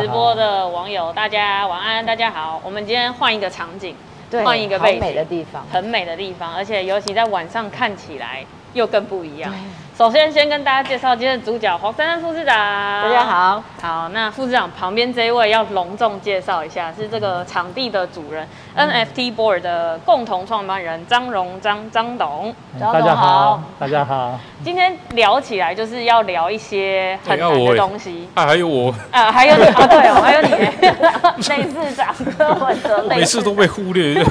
直播的网友，大家晚安，大家好。我们今天换一个场景，对，换一个好背景美的地方，很美的地方，而且尤其在晚上看起来又更不一样。首先，先跟大家介绍今天的主角黄珊珊副市长。大大家。好，好，那副市长旁边这一位要隆重介绍一下，是这个场地的主人、NFT 嗯 Board 的共同创办人张荣张张董。嗯张大总家好好，大家好，今天聊起来就是要聊一些很对要难我的也东西啊，还有我啊，还有你啊，对哦，还有你类似长，我的类 每次似都被忽 略，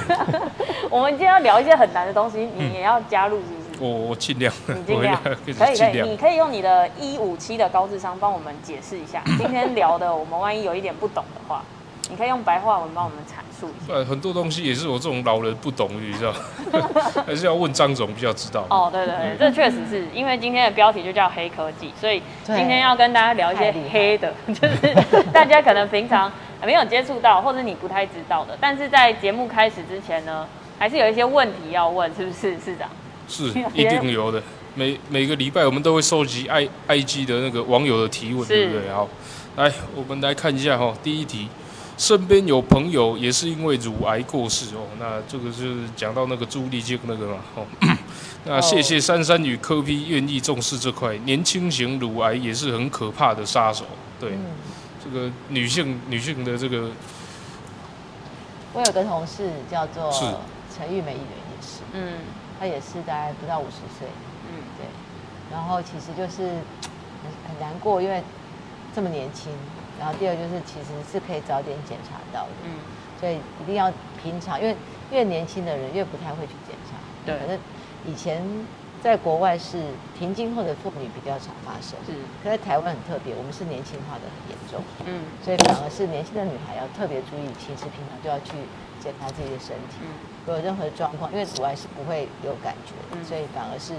我们今天要聊一些很难的东西，你也要加入是不是？我我尽量，你尽量，嗯我可以一直可尽以，量你。可以用你的一五七的高智商帮我们解释一下，今天聊的我们万一有一点不懂的话，你可以用白话文帮我们阐述一下。呃，很多东西也是我这种老人不懂，你知道， 还是要问张总比较知道。哦，对对对，嗯这确实是因为今天的标题就叫黑科技，所以今对天要跟大家聊一些太厉害黑的，就是 大家可能平常没有接触到，或者你不太知道的。但是在节目开始之前呢，还是有一些问题要问，是不是市长？是别人一定有的。每每个礼拜我们都会收集 i i g 的那个网友的提问，是对不对？好，来我们来看一下哈、第一题，身边有朋友也是因为乳癌过世哦，那这个就是讲到那个朱丽静那个嘛，哦。那谢谢珊珊与柯 P 愿意重视这块，年轻型乳癌也是很可怕的杀手。对，嗯，这个女性女性的这个我有个同事叫做是陈玉梅议员，也是，嗯她也是大概不到五十岁，嗯，对，然后其实就是嗯很很难过，因为这么年轻，然后第二就是其实是可以早点检查到的，嗯，所以一定要平常，因为越年轻的人越不太会去检查。对反正以前在国外是停经后的妇女比较常发生，是，可在台湾很特别，我们是年轻化的很严重，嗯所以反而是年轻的女孩要特别注意，其实平常就要去检查自己的身体，嗯。如果有任何状况，因为阻碍是不会有感觉的，嗯所以反而是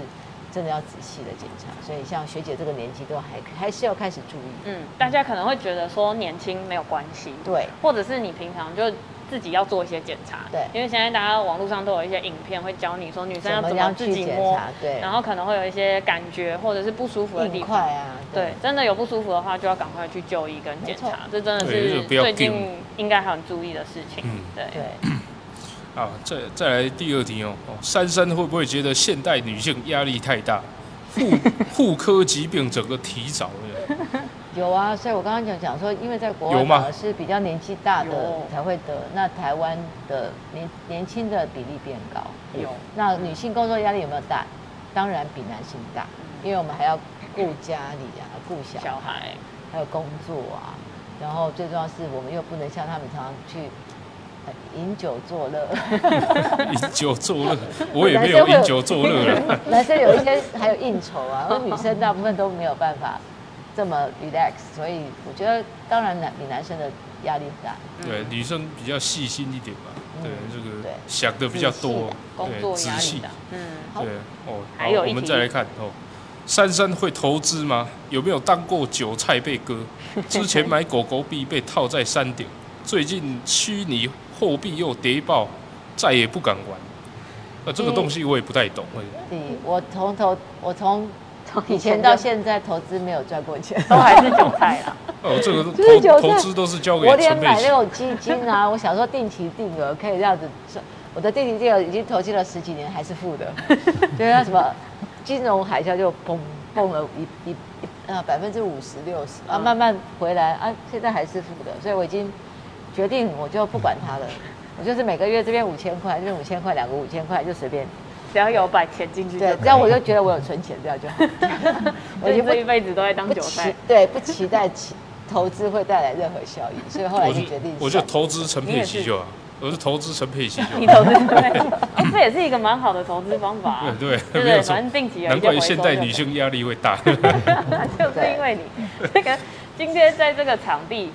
真的要仔细的检查。所以像学姐这个年纪都还还是要开始注意，嗯，大家可能会觉得说年轻没有关系，对，或者是你平常就自己要做一些检查，对因为现在大家网络上都有一些影片会教你说女生要怎么样自去己检摸查，，对，然后可能会有一些感觉或者是不舒服的地硬方块。啊，对，真的有不舒服的话，就要赶快去就医跟检没查，这真的是对这个不要最近丢应该很注意的事情嗯。对，对。啊，再再来第二题哦，哦，珊珊会不会觉得现代女性压力太大， 妇妇科疾病整个提早了？有啊，所以我刚刚讲讲说，因为在国外有吗反而是比较年纪大的有才会得，那台湾的年年轻的比例变高。有那女性工作压力有没有大？当然比男性大，因为我们还要顾家里啊，顾小嗯小孩，还有工作啊，然后最重要是我们又不能像他们常常去呃饮酒作乐， 饮酒作乐，我也没有饮酒作乐了。男生有一些还有应酬啊，而女生大部分都没有办法这么 relax，所以我觉得当然男比男生的压力大。对，女生比较细心一点吧，对嗯，这对个想的比较多，工对，作仔压力细大，，嗯，好对，哦，好还有一我们题再来看哦，珊珊会投资吗？有没有当过韭菜被 割？之前买狗狗币被套在山顶，最近虚拟货币又跌爆，再也不敢玩。那、这个东西我也不太懂，哎第一我从头我从从以前到就现在投资没有赚过钱，都还是韭菜啦。哦，这个 就是韭投菜投资都是交给我连陈佩买琪那。种基金啊，我想说定期定额可以这样子赚，我的定期定额已经投进了十几年还是 负的，对啊那什么金融海啸就砰蹦了一一一啊百分之五十六十啊，嗯慢慢回来啊，现在还是负的，所以我已经决定我就不管它了，我就是每个月这边五千块，这边五千块，两个五千块就随便，只要有把钱进去就对，可以，这样我就觉得我有存钱，这 样就好，就我你就不这一辈子都在当不韭期菜。对不期待其投资会带来任何效益，所以后来我就就决定我就算了投资陈佩你也琪是就好，我是投资陈佩琪就你 投好。资对，哦这也是一个蛮好的投资方法、啊。 对对对，不没有对，错反。正定期有一难些回怪收现代就女可以性压力会大。 就是因为你这个今天在这个场地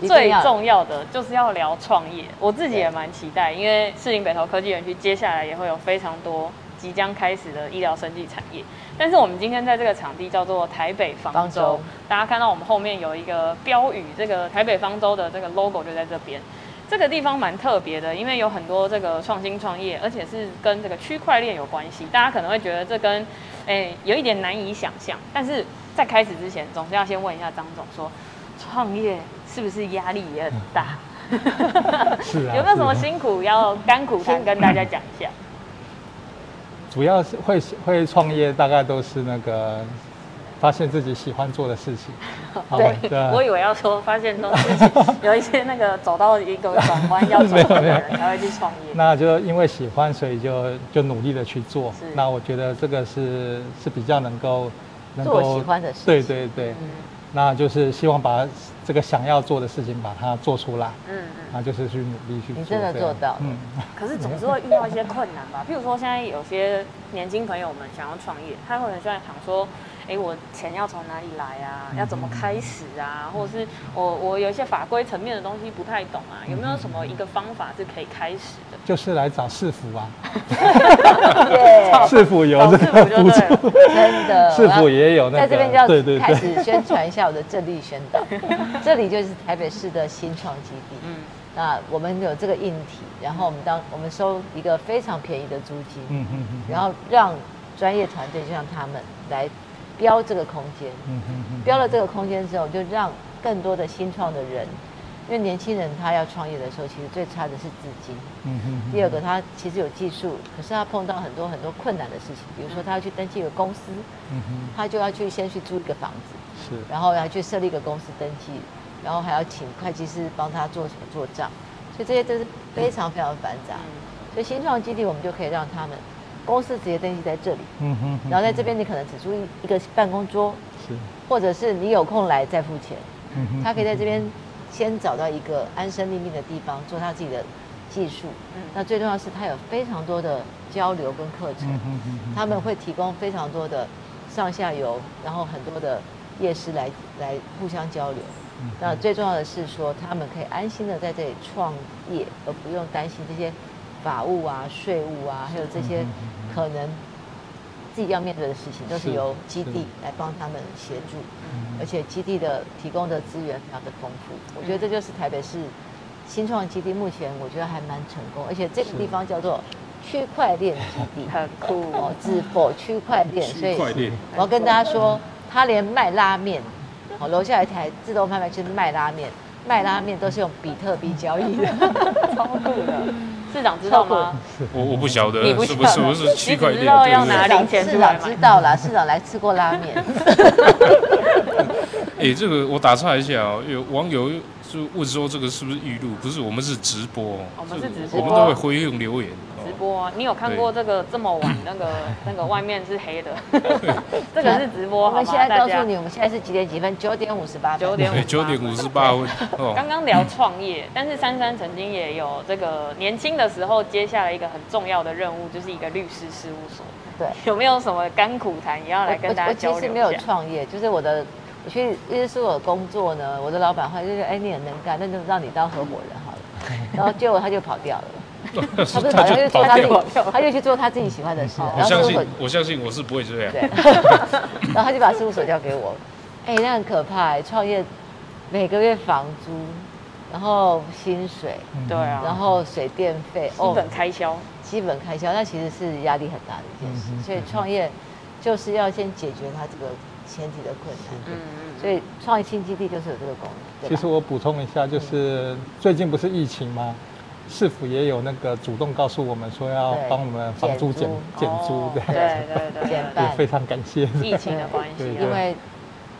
一定最要重要的就是要聊创业，我自己也蛮期待，因为士林北投科技园区接下来也会有非常多即将开始的医疗生技产业。但是我们今天在这个场地叫做台北方舟，方舟大家看到我们后面有一个标语，这个台北方舟的这个 logo 就在这边。这个地方蛮特别的，因为有很多这个创新创业，而且是跟这个区块链有关系。大家可能会觉得这跟哎、有一点难以想象。但是在开始之前，总是要先问一下张总说，创业是不是压力也很大？ 是啊有没有什么是啊辛苦要甘苦谈跟大家讲一下？主要是会会创业，大概都是那个发现自己喜欢做的 事情。好 对，啊我以为要说发现说自己有一些那个走到一个转弯 要走的人才会去创业。那就因为喜欢，所以就就努力的去做是。那我觉得这个是是比较能够能做够喜欢的事对情嗯对对，那就是希望把这个想要做的事情把它做出来，嗯嗯。那就是去努力去做。你真的这样做到了嗯，可是总是会遇到一些困难吧？譬如说，现在有些年轻朋友们想要创业，他会很喜欢想说：“哎、我钱要从哪里来啊？嗯要怎么开始啊？或者是我我有一些法规层面的东西不太懂啊，嗯有没有什么一个方法是可以开始的？”就是来找市府啊，耶， 市府有啊找这市府个就补对了助，真的，市呃我府也有那在个，这边就要对对开对，始宣传一下我的正力宣导。 这里就是台北市的新创基地。嗯那我们有这个硬体，然后我们当我们收一个非常便宜的租金，嗯嗯嗯然后让专业团队就像他们来标这个空间。嗯嗯嗯，标了这个空间之后，就让更多的新创的人，因为年轻人他要创业的时候，其实最差的是资金。嗯嗯嗯第二个，他其实有技术，可是他碰到很多很多困难的事情，比如说他要去登记一个公司，嗯嗯他就要去先去租一个房子，是然后要去设立一个公司登记，然后还要请会计师帮他做什么做账，所以这些都是非常非常繁嗯嗯杂。所以新创基地我们就可以让他们公司直接登记在这里，嗯嗯嗯然后在这边你可能只租一一个办公桌，是或者是你有空来再付钱。嗯嗯他可以在这边先找到一个安身立命的地方，做他自己的技术。嗯那最重要是他有非常多的交流跟课程，嗯嗯嗯嗯他们会提供非常多的上下游，然后很多的业师来来互相交流。嗯那呃最重要的是说，他们可以安心的在这里创业，而不用担心这些法务啊、税务啊，还有这嗯些可能自己要面对的事情，都是是由基是地来帮他们协助，嗯而且基地的提供的资源非常的丰富。我觉嗯得这就是台北市新创基地目前我觉得还蛮成功，而且这个地方叫做区块链基 地，很酷哦，自否区块链，所区以块链我要跟大家说，他连卖拉面，哦，楼下有一台自动贩卖机卖拉面，卖拉面都是用比特币交 易的，超酷的，市长知道吗？我我不晓得 你不是晓不得是不是区块你只链知道，对要不对拿零钱市出来长买知道啦，市长来吃过拉 面，哎、这个我打岔一下哦，有网友就问说这个是不是预录？不是，我们是直播哦，我们是直这个我播们都会回应留言。哦直播啊，你有看过这个这么晚 那个那个外面是黑的，这个是直播，我好们吗？现在大告诉家你，我们现在是几点几分？九点五十八分。九点对，哎九点五十八分刚哦，刚聊创业， 但是珊珊曾经也有这个年轻的时候接下了一个很重要的任务，就是一个律师事务所。 对，有没有什么甘苦谈也要来跟大我家我交其实流没有一下？创业，就是我的我去律师事务所工作呢，我的老板后来就觉得，哎，你很能干，那就让你当合伙人好了。然后结果他就跑掉了， 他不是跑掉，他就就做跑他自掉。嗯己，他就去做他自己喜欢的事了。我然后相如信果我相信我是不会这样。对，然后他就把事务所交给我。哎、那很可怕、哎创业每个月房租，然后薪水，对啊，然后水电费，哦基本开销，基本开销，那其实是压力很大的一件嗯事。所以创业就是要先解决它这个前提的困难。嗯嗯，所以创业新基地就是有这个功其能，对实吧？嗯我补充一下，就是最近不是疫情吗？市府也有那个主动告诉我们说要对帮我们房租减减租哦的， 对对对减对半也非常感谢。对，疫情的关系对啊，对因为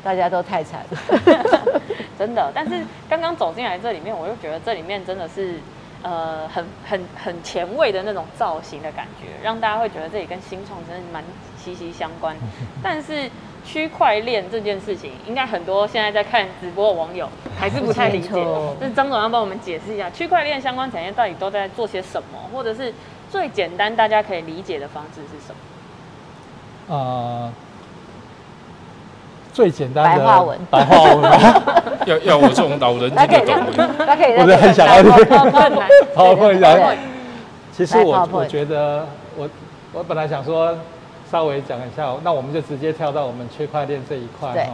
大家都太惨 了。真的。但是刚刚走进来这里面，我就觉得这里面真的是，呃，很很很前卫的那种造型的感觉，让大家会觉得这里跟新创真的蛮息息相 关。但是区块链这件事情，应该很多现在在看直播的网友还是不太理解没错。那张总要帮我们解释一下，区块链相关产业到底都在做些什么，或者是最简单大家可以理解的方式是什么？呃，最简单的白话文白话文吧，要要我这种老 人听得懂的，大家可以我真的很想要这听 个白话文好会白讲话。文其实白话我文我觉得我我本来想说稍微讲一下，哦那我们就直接跳到我们区块链这一块对哦。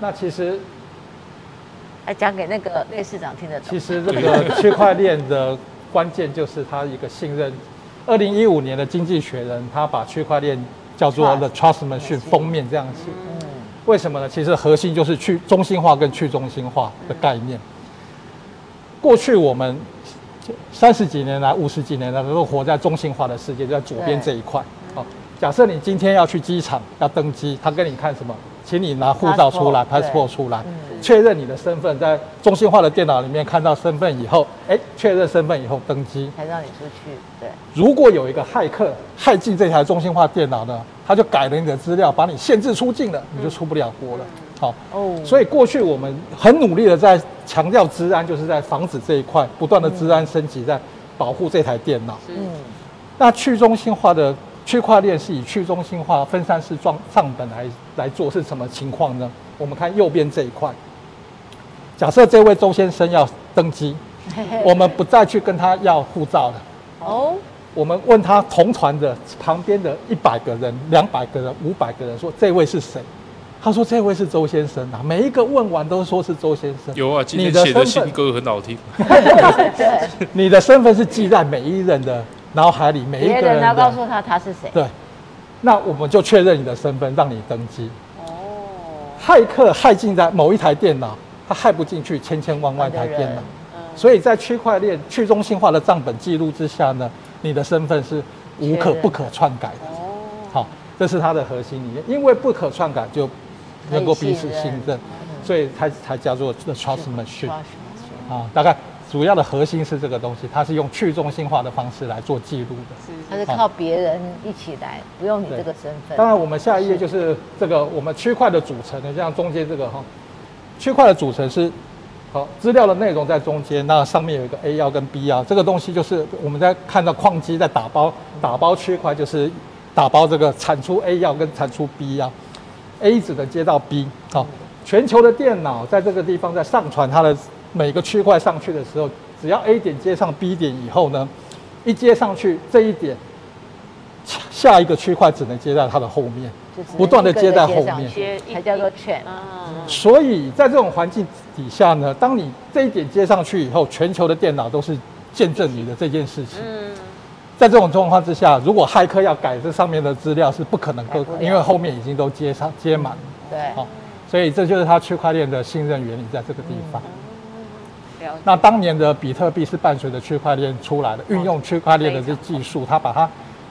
那其实来讲给那个类市长听得懂其。实这个区块链的关键就是它一个信任。二零一五年的《经济学人》，他把区块链叫做 Trust The Trustmanship 封面这样写。嗯，为什么呢？其实核心就是去中心化跟去中心化的概念。过去我们三十几年来、五十几年来都活在中心化的世界，就在左边这一块。哦，假设你今天要去机场要登机，他跟你看什么？请你拿护照出来 Passport， ，passport 出来，嗯确认你的身份，在中心化的电脑里面看到身份以后，哎，确认身份以后登机。才让你出去，对，如果有一个骇客骇进这台中心化电脑呢，他就改了你的资料，把你限制出境了，你就出不了国了。好，哦，所以过去我们很努力的在强调治安，就是在防止这一块不断的治安升级，在保护这台电脑。是嗯，那去中心化的区块链是以去中心化分散式账账本来来做，是什么情况呢？我们看右边这一块，假设这位周先生要登机，嘿嘿我们不再去跟他要护照了。哦，我们问他同船的旁边的一百个人、两百个人、五百个人，说这位是谁？他说这位是周先生啊。每一个问完都说是周先生。有啊，今天你的写的身份新歌很好听，对，你的身份是记在每一人的脑海里， 每一别个人人要的。告诉他他是谁，对，那我们就确认你的身份，让你登机。哦，骇客骇进在某一台电脑，他骇不进去千千万万台电脑。嗯，所以在区块链去中心化的账本记录之下呢，你的身份是无可确认不可篡改的。哦，好，这是它的核心理念，因为不可篡改就能够可以彼信此任信任，所以才才叫做 the trust machine 哇啊。大概主要的核心是这个东西，它是用去中心化的方式来做记录的。是他是是靠别人一起来，不用你这个身份，当然，我们下一页就是这个我们区块的组成的，像中间这个哈，区块的组成是。好，资料的内容在中间，那上面有一个 A 要跟 B 要，这个东西就是我们在看到矿机在打包打包区块，就是打包这个产出 A 要跟产出 B 要。A 只能接到 B。好、全球的电脑在这个地方在上传它的每个区块上去的时候，只要 A 点接上 B 点以后呢，一接上去这一点，下下一个区块只能接在它的后面。就只能不断地接在后面一个一个嗯接上去才叫做 chain，啊，所以在这种环境底下呢，当你这一点接上去以后，全球的电脑都是见证你的这件事情。嗯，在这种状况之下，如果骇客要改这上面的资料是不可能够改不了，因为后面已经都接上接满了。对，好、哦所以这就是它区块链的信任原理在这个地方。嗯了解，那当年的比特币是伴随着区块链出哦来的，运用区块链的这技术，它把它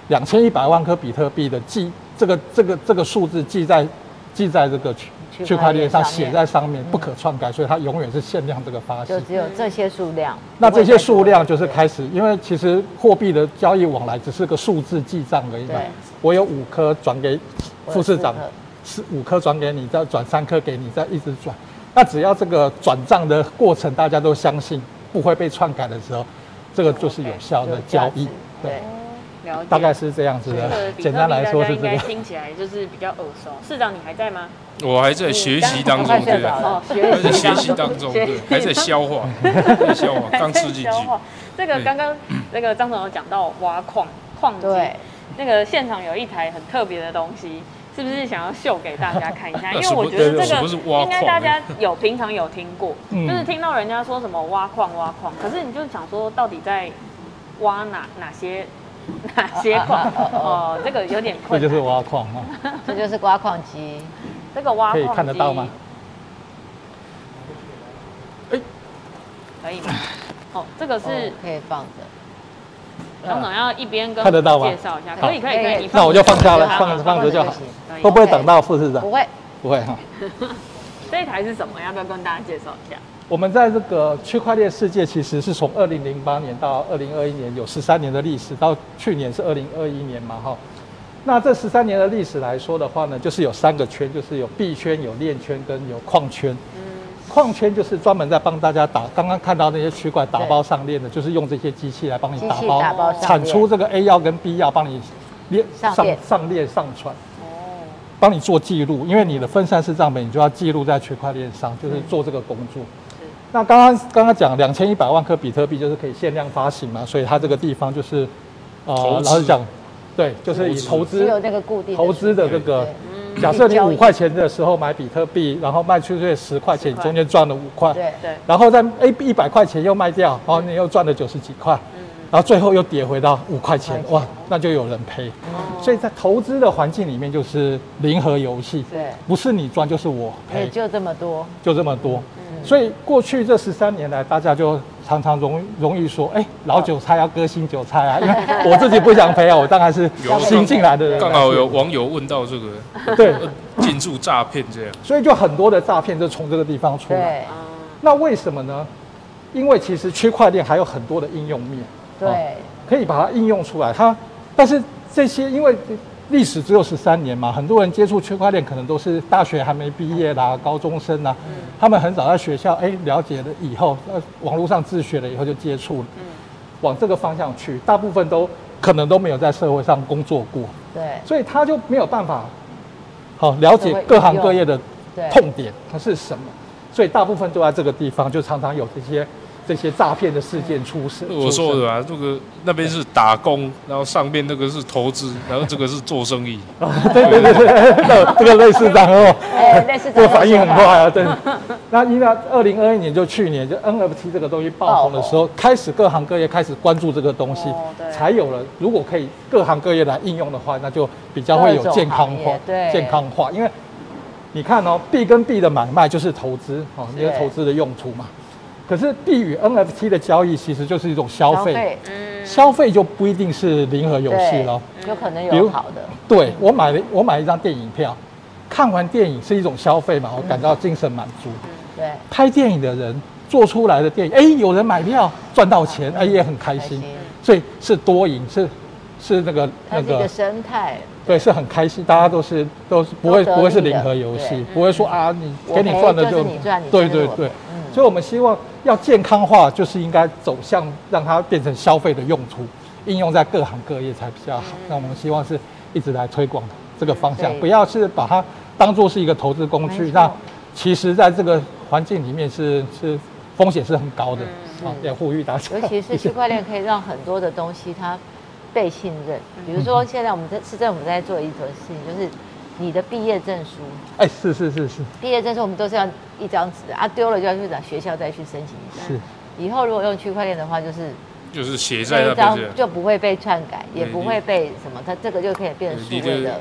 两千一百万颗比特币的记这个这个这个数字记在记在这个区区区块块链链上上，面写在上面，不可篡改，所以它永远是限量这个发就行。只有这些数量，那不会这再些数多量就是对开始，因为其实货币的交易往来只是个数字记账而已嘛对。我有五颗转给我有副市四长颗，是五颗转给你，再转三颗给你，再一直转。那只要这个转账的过程大家都相信不会被篡改的时候，这个就是有效的有价交值易。对，了解，大概是这样子这个的。比特啊简币单来说是大家这应个该。听起来就是比较耳熟。市长，你还在吗？我还在学习当快中，睡对，啊着还了，哦学在习学当习中当中，学习对，还在消化，还在消化，刚吃进去消。化哦这个刚 刚那个张总有讲到挖矿矿机，对，那个现场有一台很特别的东西，是不是想要秀给大家看一 下？因那为什么我觉得这什个么是挖矿啊应该大家有平常有听过，嗯就是听到人家说什么挖矿挖矿，可是你就想说到底在挖哪哪些哪些矿？啊啊啊啊哦，这个有点这困就是难。挖矿啊，这就是挖矿机，这个挖可以矿看得到吗机？哎可以 吗？哦，这个是哦可以放着。张总要一边跟嗯看得到吗介绍一下，好哎可以可以可以，你那我就放下了好，好放好放着就好放着就行。会不会等到副市长不？会，不会哈。这一台是什么？要不要跟大家介绍一下？我们在这个区块链世界，其实是从二零零八年到二零二一年有十三年的历史，到去年是二零二一年嘛，哈。那这十三年的历史来说的话呢，就是有三个圈，就是有币圈、有链圈跟有矿圈。嗯矿圈就是专门在帮大家打，刚刚看到那些区块打包上链的，就是用这些机器来帮你机打器包打包上产出链这个 A 药跟 B 药，帮你链上链上链上传。哦，帮你做记录，因为你的分散式账本，你就要记录在区块链上，就是做这个工作。那刚刚刚刚讲两千一百万颗比特币就是可以限量发行嘛，所以它这个地方就是，投呃，资老实讲，对，就是以投只资有那个固定投资的嗯这个对，假设你交易五块钱的时候买比特币，然后卖出去十块钱， 10块中间赚了五块，对对，哎然后在 A 一百块钱又卖掉，哦，你又赚了九十几块。嗯，然后最后又跌回到五块钱五，块哇钱，哦那就有人赔。所以在投资的环境里面，就是零和游戏，对，不是你赚就是我也赔，就嗯这么多，就这么多。所以过去这十三年来，大家就常常容容易说，哎，老韭菜要割新韭菜 啊，因为我自己不想赔啊，我当然是有新进来的人来刚做。好有网友问到这个对，呃进驻诈骗这样，所以就很多的诈骗就从这个地方出来。哦对那为什么呢？因为其实区块链还有很多的应用面，哦对可以把它应用出来。它，但是这些因为历史只有十三年嘛，很多人接触区块链可能都是大学还没毕业啦、高中生啦，他们很早在学校哎了解了以后，呃，网络上自学了以后就接触了，往这个方向去，大部分都可能都没有在社会上工作过，对所以他就没有办法好了解各行各业的对，痛点它是什么，所以大部分都在这个地方，就常常有这些这些诈骗的事件出生。我说出的啊，这个那边是打工，然后上面那个是投资，然后这个是做生意，生，对对对对，那 这个类似然后。哎，类似 这个反应很快啊， 对。那因为二零二一年就去年就 NFT 这个东西爆红的时候，开始各行各业开始关注这个东西哦对，才有了。如果可以各行各业来应用的话，那就比较会有各种健康行化业，对健康化。因为你看哦，币跟币的买卖就是投资哦，是你的投资的用途嘛。可是币与 NFT 的交易其实就是一种消消费，费，嗯，消费就不一定是零和游戏对了。有可能比有如好的，对我买了，我买一张电影票，看完电影是一种消费嘛，嗯我感到精神满足。对，拍电影的人做出来的电影，哎，有人买票赚到嗯钱，哎，也很开心，所以是多赢，是是那个那它是一个个。生态，对，是很开心，大家都是都是不会都得利的不会是零和游戏对，嗯不会说啊你我给你赚的赔就是就你赚你对赚就是对我对赔，嗯所以我们希望要健康化，就是应该走向让它变成消费的用途，应用在各行各业才比较好。那我们希望是一直来推广这个方向嗯对，不要是把它当做是一个投资工没具错。那其实在这个环境里面是是风险是很高的嗯啊，是也呼吁大家，尤其是区块链可以让很多的东西它被信任。嗯比如说，现在我们在市政府在做一种事情，就是你的毕业证书， 哎，是是是 是毕业证书我们都是要一张纸的啊，丢了就要去找学校再去申请一下。是，以后如果用区块链的话，就是就是写在那那一边张这样。就不会被篡改，也对不你会被什么，它这个就可以变成数对你位的 的，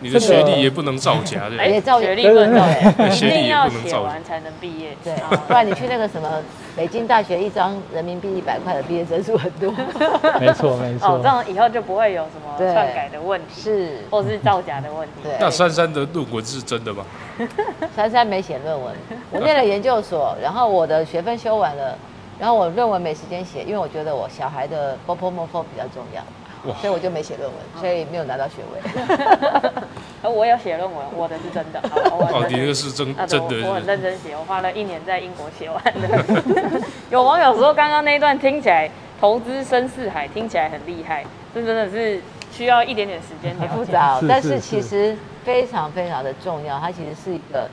你的这个学历也不能造假这哎样。也照学历也不能照造对一学历定也要不能写造完才能毕业，对哦，不然你去那个什么北京大学一张人民币一百块的毕业证书很 多，没错没哦，错这。样以后就不会有什么对篡改的问题，是，或是造假的问题。对那珊珊的论文是真的吗？珊珊没写 论文，我念了研究所，然后我的学分修完了，然后我论文没时间写，因为我觉得我小孩的 b o p o m o f o 比较重要，哇，所以我就没写论文，哦所以没有拿到学 位。而哦我有写论文，我的是真的，好我哦，很你认真那个是真啊，对真的，我我很是不认真写，我花了一年在英国写完 的。有网友说，刚刚那一段听起来投资深似海，听起来很厉害，这真的是需要一点点时间了解复杂哦是，是但是是其实非常非常的重要，它其实是一个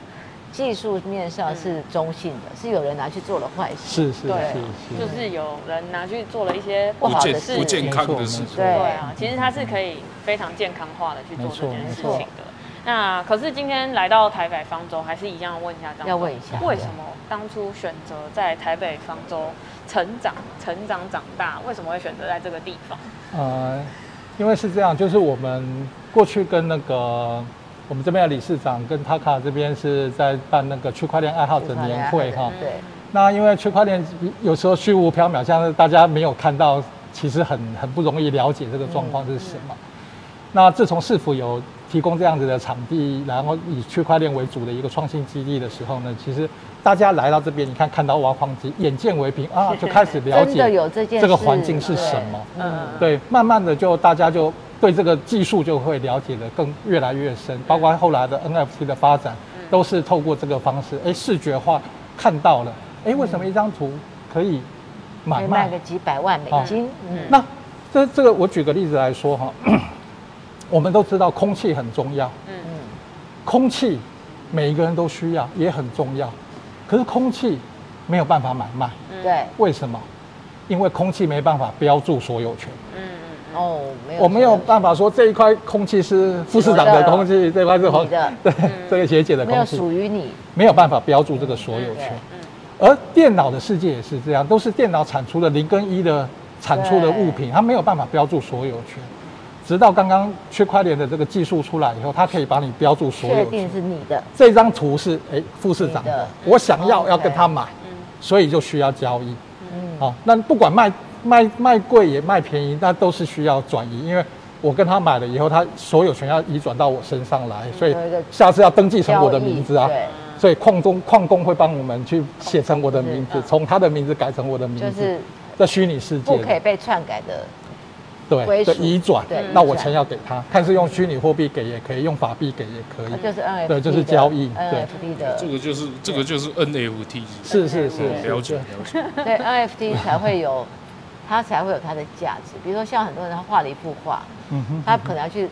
技术面上是中性的，是有人拿去做了坏事。嗯是是是 对是，就是有人拿去做了一些不不好好是的不事健情不健康的没错事没情。错对对啊，其实它是可以非常健康化的去做这件事情没的。那可是今天来到台北方舟，还是一样问一下张总，要问一下为什么当初选择在台北方舟成长、成长、长大？为什么会选择在这个地方？呃，因为是这样，就是我们过去跟那个我们这边的理事长跟塔卡这边是在办那个区块链爱好者年会哈。对，那因为区块链有时候虚无缥缈，像是大家没有看到，其实很很不容易了解这个状况是什么。那自从市府有提供这样子的场地，然后以区块链为主的一个创新基地的时候呢，其实大家来到这边，你看看到挖矿机，眼见为凭啊，就开始了真的解有这件事这个环境是什么。嗯，对，慢慢的就大家就对这个技术就会了解的更越来越嗯深，包括后来的 NFT 的发展，都是透过这个方式，哎，视觉化看到了，哎，为什么一张图可以对，可买以卖卖哦个？几百万美金，嗯，那这这个我举个例子来说哈， 我们都知道空气很重要，嗯嗯空气每一个人都需要，也很重要，可是空气没有办法买卖，嗯，对，为什么？因为空气没办法标注所有权。嗯嗯嗯哦，没有，我没有办法说这一块空气是副市长的空气，这块是黄你的嗯对这个学姐的没有空气，属于你，没有办法标注这个所有对权。而电脑的世界也是这样，都是电脑产出的零跟一的产出的物品，它没有办法标注所有权。直到刚刚区块链的这个技术出来以后，它可以帮你标注所确有定权。是你的，这张图是哎副市长你的的，我想要 OK 要跟他买，所以就需要交易。嗯，好、那不管卖卖卖贵也卖便宜，那都是需要转移，因为我跟他买了以后，他所有权要移转到我身上来，所以有一个下次要登 记成我的嗯交易名字啊。对，所以矿工矿工会帮我们去写成我的名字嗯，从他的名字改成我的名就字是，在虚拟世界不可以嗯的被篡改的，归对属的移转对，那移我转钱要给他，看是用虚拟货币给也可以，用法币给也可以那。就是 NFT，嗯对就是的交易对，NFT 的这，个就是这个就是 NFT，是是是，哦是了解对了解。对 NFT 才会有，它才会有它的价值。比如说像很多人他画了一幅画，嗯哼，他可能要去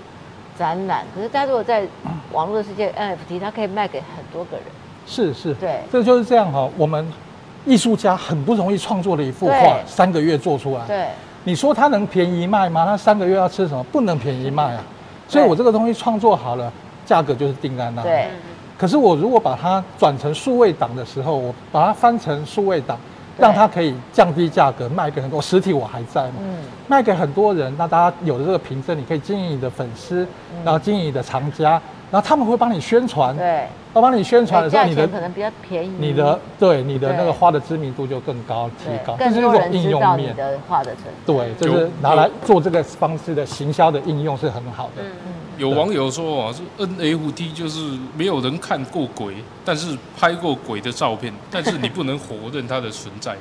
展览，可是他如果在网络的世界 NFT，他可以卖给很多个人，是是，对这就是这样哈、我们艺术家很不容易创作的一幅画对，三个月做出来，对，你说它能便宜卖吗？它三个月要吃什么？不能便宜卖啊。所以我这个东西创作好了，价格就是定在那。对可是我如果把它转成数位档的时候，我把它翻成数位档，对让它可以降低价格卖给很多实体，我还在嘛，嗯，卖给很多人，那大家有了这个凭证，你可以经营你的粉丝，然后经营你的藏家，然后他们会帮你宣传，嗯对，哎他帮你宣传的时候，价你的钱可能比较便宜，你的对你的那嗯对个花的知名度就更高提对高，这更是一多种人应知用道你面。的嗯画的存在，对，就是拿来做这个方式的行销的应用是很好嗯的。有网友说啊，这 NFT 就是没有人看过鬼，但是拍过鬼的照片，但是你不能否认它的存在。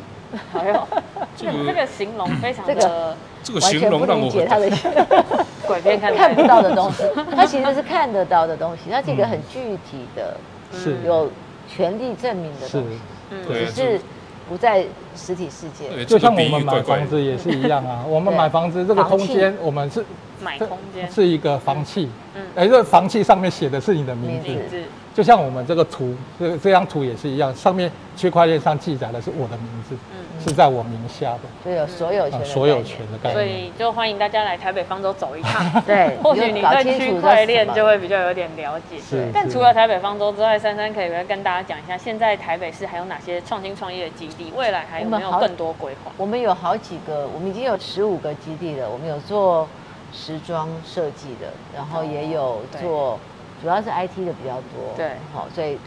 哎呦，这这 个这个个形容非常这的个这个完形全不容让理我解很他的鬼片看看来不到的 东西，它其实是看得到的东西，它是嗯一个很具体的、是有权利证明的是东，西，对只是不在实体世界。对，就这个像我比们喻怪买怪房的。子也是一样啊。我们对买房子这个空房契间，我们是买这空间是一个房契嗯，哎，这个房契上面写的是你的名名字字。是就像我们这个图，这个这张图也是一样，上面区块链上记载的是我的名字，嗯是在我名下的就有所有权啊的、。所有权。的概所念。以就欢迎大家来台北方舟走一趟对或许你搞对清楚区这块是链什么就会比较有点了解。是但是除了台北方舟之外，珊珊可以不可以跟大家讲一下，现在台北市还有哪些创新创业的基地？未来还有没有我们好更多规划？我们有好几个，我们已经有十五个基地了。我们有做时装设计的，然后也有哦对做，主要是 IT 的比较多。对好，所以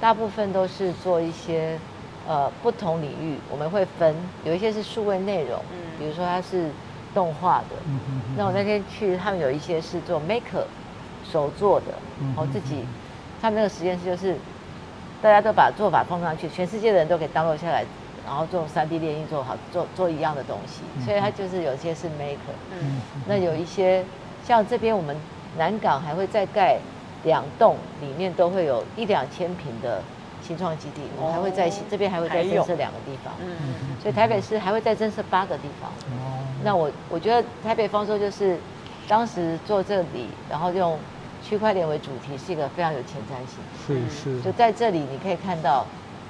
大部分都是做一些呃不同领域，我们会分，有一些是数位内容，嗯比如说它是动画的，嗯哼哼那我那天去，他们有一些是做 maker 手做的，嗯哦嗯自己，他们那个实验室就是大家都把做法放上去，全世界的人都可以 download 下来，然后做 3D 列印做好，做做一样的东西，所以它就是有些是 maker，嗯，那有一些像这边我们南港还会再盖两栋，里面都会有一两千平的新创基地，我们还会在哦这边还会还再有增设两个地方，嗯，所以台北市还会再增设八个地方。哦那我我觉得台北方舟就是当时做这里，然后用区块链为主题，是一个非常有前瞻性。哦是是就嗯在这里，你可以看到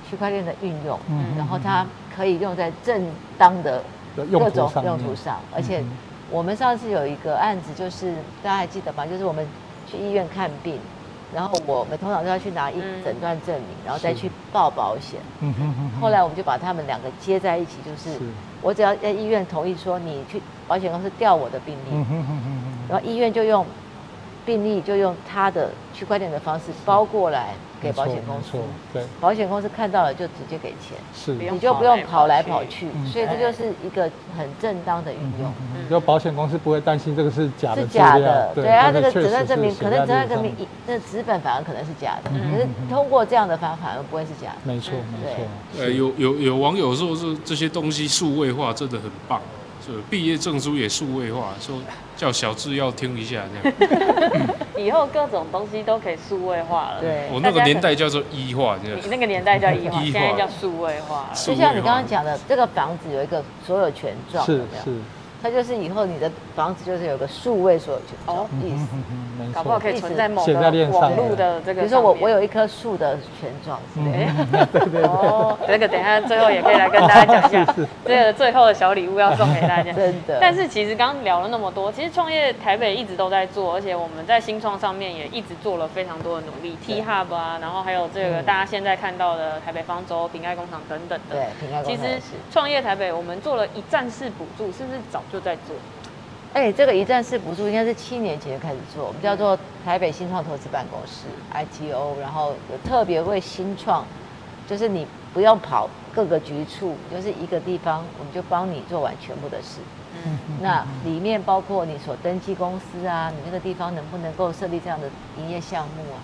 区块链的运用，嗯然后它可以用在正当的的用各途种上面用途上。而且嗯哼我们上次有一个案子，就是大家还记得吧？就是我们去医院看病，然后我们通常都要去拿一嗯诊断证明，然后再是去报保险。嗯哼哼哼后来我们就把他们两个接在一起，就是是我只要在医院同意说你去保险公司调我的病嗯例，哼哼哼哼然后医院就用病例就用他的区块链的方式包过来给保险公没司错，，对，保险公司看到了就直接给钱，是不。用你就不用跑来跑去嗯，所以这就是一个很正当的运用。嗯啊就保险公司不会担心这个是假的是资假料，的，对它他这个确实诊断是证明，写可在能诊历断史证明上一那纸本反而可能是假的，嗯可是通过这样的方法反而不会是假的。没错没错，呃，有有有网友说是这些东西数位化真的很棒，是毕业证书也数位化，说叫小智要听一下这样。 以后各种东西都可以数位化了。对我那个年代叫做一化这样你。那个年代叫一化，一现化在叫数位化了。是就像你刚刚讲的，这个房子有一个所有权状，有啊是没有？是，它就是以后你的房子就是有个数位所有权哦哦意嗯思。嗯嗯没搞不好错 可。以存在某写在个链上网络的这比个。如说我我。有一棵树的权状之类的，哎，嗯 哦，这个等一下最后也可以来跟大家讲一下，这个最后的小礼物要送给大家。 真的。但是其实刚刚聊了那么多，其实创业台北一直都在做，而且我们在新创上面也一直做了非常多的努力，T Hub 啊，然后还有这嗯个大家现在看到的台北方舟、平盖工厂等等的。对，平安其公司实也是。创业台北，我们做了一站式补助，是不是早就在做？哎，这个一站式补助应该是七年前就开始做，我们叫做台北新创投资办公室 ITO，然后有特别为新创，就是你不用跑各个局处，就是一个地方，我们就帮你做完全部的事。嗯，那里面包括你所登记公司啊，你那个地方能不能够设立这样的营业项目啊？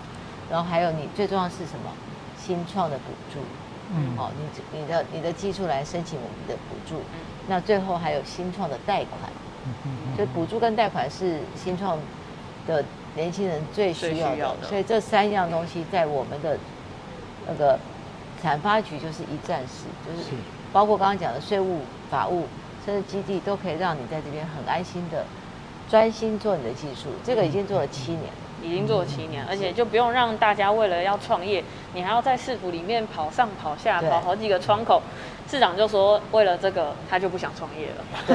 然后还有你最重要的是什么？新创的补助，嗯哦，你你的你的技术来申请我们的补助，嗯那最后还有新创的贷款，嗯就补助跟贷款是新创的年轻人最需最要的，需要的所以这三样东西在我们的那个产发局就是一站式，就是是包括刚刚讲的税务、法务，甚至基地，都可以让你在这边很安心的专心做你的技术。这个已经做了七年嗯了，已经做了七年，而且就不用让大家为了要创业，你还要在市府里面跑上跑下，对跑好几个窗口。市长就说，为了这个他就不想创业了。对，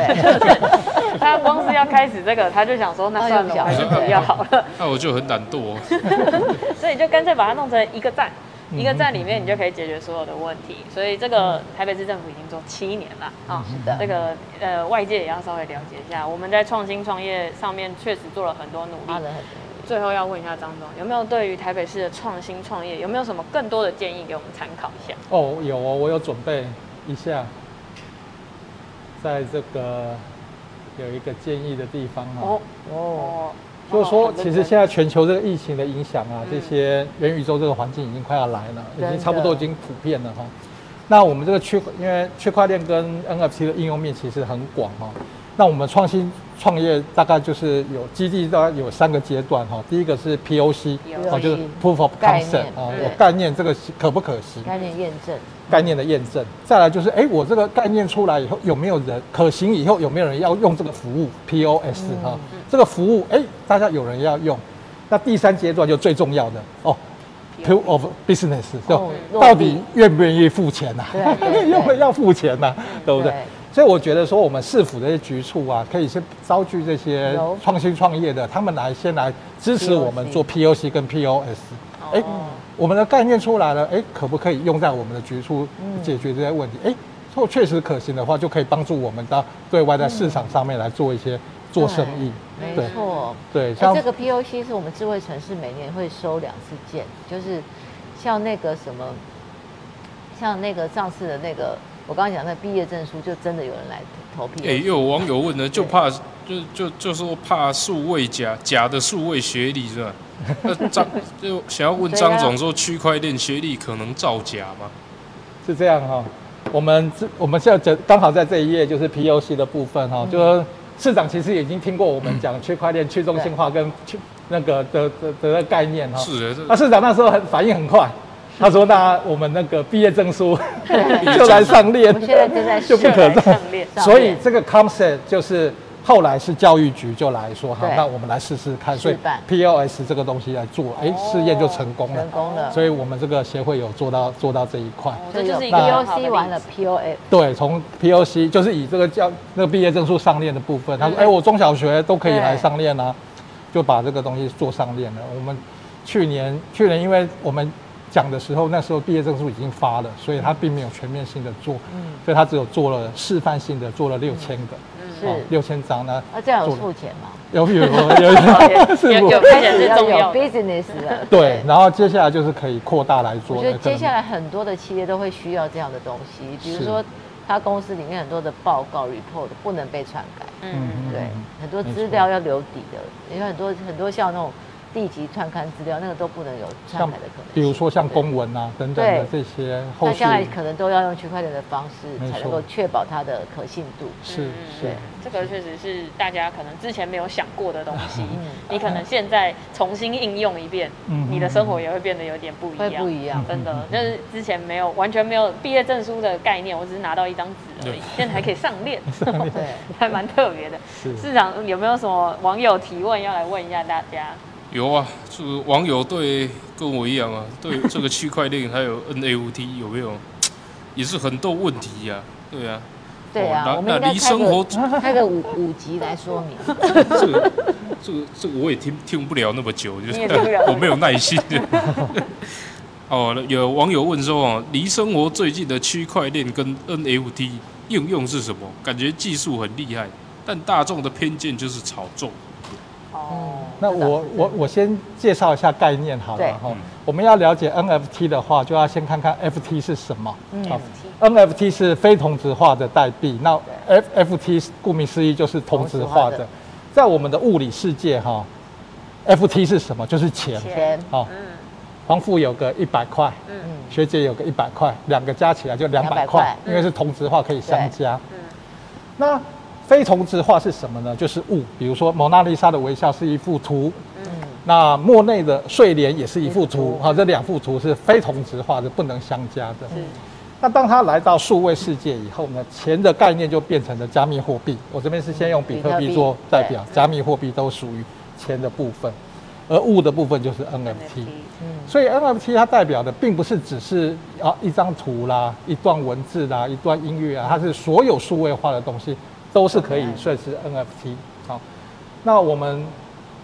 他光是要开始这个，他就想说，那算了，我还是不要好了。那我就很懒惰、哦。 所以就干脆把它弄成一个站，一个站里面你就可以解决所有的问题。所以这个台北市政府已经做七年了啊。是的这个呃，外界也要稍微了解一下，我们在创新创业上面确实做了很多努力。花了很多。最后要问一下张总，有没有对于台北市的创新创业有没有什么更多的建议给我们参考一下？哦，有哦，我有准备一下，在这个有一个建议的地方哈、哦哦，哦，就是说，其实现在在全球这个疫情的影响啊，嗯这些元宇宙这个环境已经快要来了，已真的经差不多已经普遍了哈。那我们这个区，因为区块链跟 NFT 的应用面其实很广哈。那我们创新创业大概就是有基地，大概有三个阶段哈。第一个是 POC，有哦，就是 Proof of 概念 Concept 啊，对有概念这个可不可行？概念验证，概念的验证，再来就是，哎，我这个概念出来以后有没有人可行？以后有没有人要用这个服务 POS 嗯啊？这个服务，哎，大家有人要用。那第三阶段就最重要的哦 p r o of business，哦就落地到底愿不愿意付钱呐、对 对对要不要付钱呐、啊对不对？对所以我觉得说，我们市府这些局处啊，可以先招聚这些有创新创业的，他们来先来支持我们 POC 做 POC 跟 POS。哎、哦我们的概念出来了，哎，可不可以用在我们的局处嗯解决这些问题？哎、如果确实可行的话，就可以帮助我们到对外在市场上面来做一些、做生意。没对错。对，那像这个 POC 是我们智慧城市每年会收两次件，就是像那个什么，像那个上次的那个，我刚刚讲的毕业证书，就真的有人来投投 POC。哎、又有网友问了，就怕就就就说怕数位假假的数位学历是吧？那张就想要啊问张总说，区块链学历可能造假吗？是这样哈、我们这我们现在这刚好在这一页就是 POC 的部分哈、嗯就是市长其实已经听过我们 讲区块链去中心化跟去那个的的的的概念哈、是的， 那市长那时候很反应很快，他说那我们那个毕业证书 就来 上链我们，现在正 在就不可再上链，上所以链这个 concept 就是后来是教育局就来说好对，那我们来试试看，所以示范 POS 这个东西来做，哎，试验就成功了哦成。功了，所以我们这个协会有做到做到这一块。哦就这就是一个很好的例 POC 子完了 POA，对，从 POC 就是以这个教那个毕业证书上链的部分，他嗯说：“哎、我中小学都可以来上链啊，就把这个东西做上链了。”我们去年去年因为我们讲的时候，那时候毕业证书已经发了，所以他并没有全面性的做，嗯所以他只有做了示范性的，做了六千个，哦嗯是六千张呢，啊，这样有做了付钱吗？有有有有是有不有？开开始始是要重 有要的， business 了，对，。然后接下来就是可以扩大来做。我觉得那可能接下来很多的企业都会需要这样的东西，比如是说他公司里面很多的报告 report 不能被篡改，嗯，对，很多没资错料要留底的，因为很多很多像那种地级串刊资料，那个都不能有篡像改的可能性。比如说像公文啊等等的对这些后那续将来可能都要用区块链的方式，没才能错够确保它的可信度。是嗯是对。这个确实是大家可能之前没有想过的东西，嗯 你可能现在重新应用一遍，嗯你的生活也会变得有点不一会样。不一样。真的，就是之前没有完全没有毕业证书的概念，我只是拿到一张纸而已对，现在还可以上链，对，还蛮特别的。是市长有没有什么网友提问要来问一下大家？有啊，这个网友对跟我一样啊，对这个区块链还有 NFT 有没有，也是很多问题呀、对啊，对啊，我哦、们那应那该离开生活个 开个五五级来说明。这个这个这个我也听听不了那么久，就是你也听不了我没有耐心。 哦，有网友问说哦，离生活最近的区块链跟 NFT 应用是什么？感觉技术很厉害，但大众的偏见就是炒作。哦， 那这倒我是我我先介绍一下概念好嗯对了哈嗯。我们要了解 NFT 的话，就要先看看 FT 是什么。嗯好 NFT 是非同质化的代币，那 F FT 顾名思义就是同质化同质化的的。在我们的物理世界哈，FT 是什么？就是钱。钱好，嗯黄富有个一百块，嗯嗯学姐有个一百块，两个加起来就两200百块块，因为是同质化可以相加。嗯那非同质化是什么呢？就是物，比如说蒙娜丽莎的微笑是一幅图，嗯，那莫内的睡莲也是一幅一幅图图，好，这两幅图是非同质化的，不能相加的。是那当它来到数位世界以后呢，钱的概念就变成了加密货币。我这边是先用嗯比特比特币币做代表，加密货币都属于钱的部分，而物的部分就是 NFT。所以 NFT 它代表的并不是只是啊一张图啦、一段文字啦、一段音乐啊，它是所有数位化的东西都是可以算是 NFT。好，那我们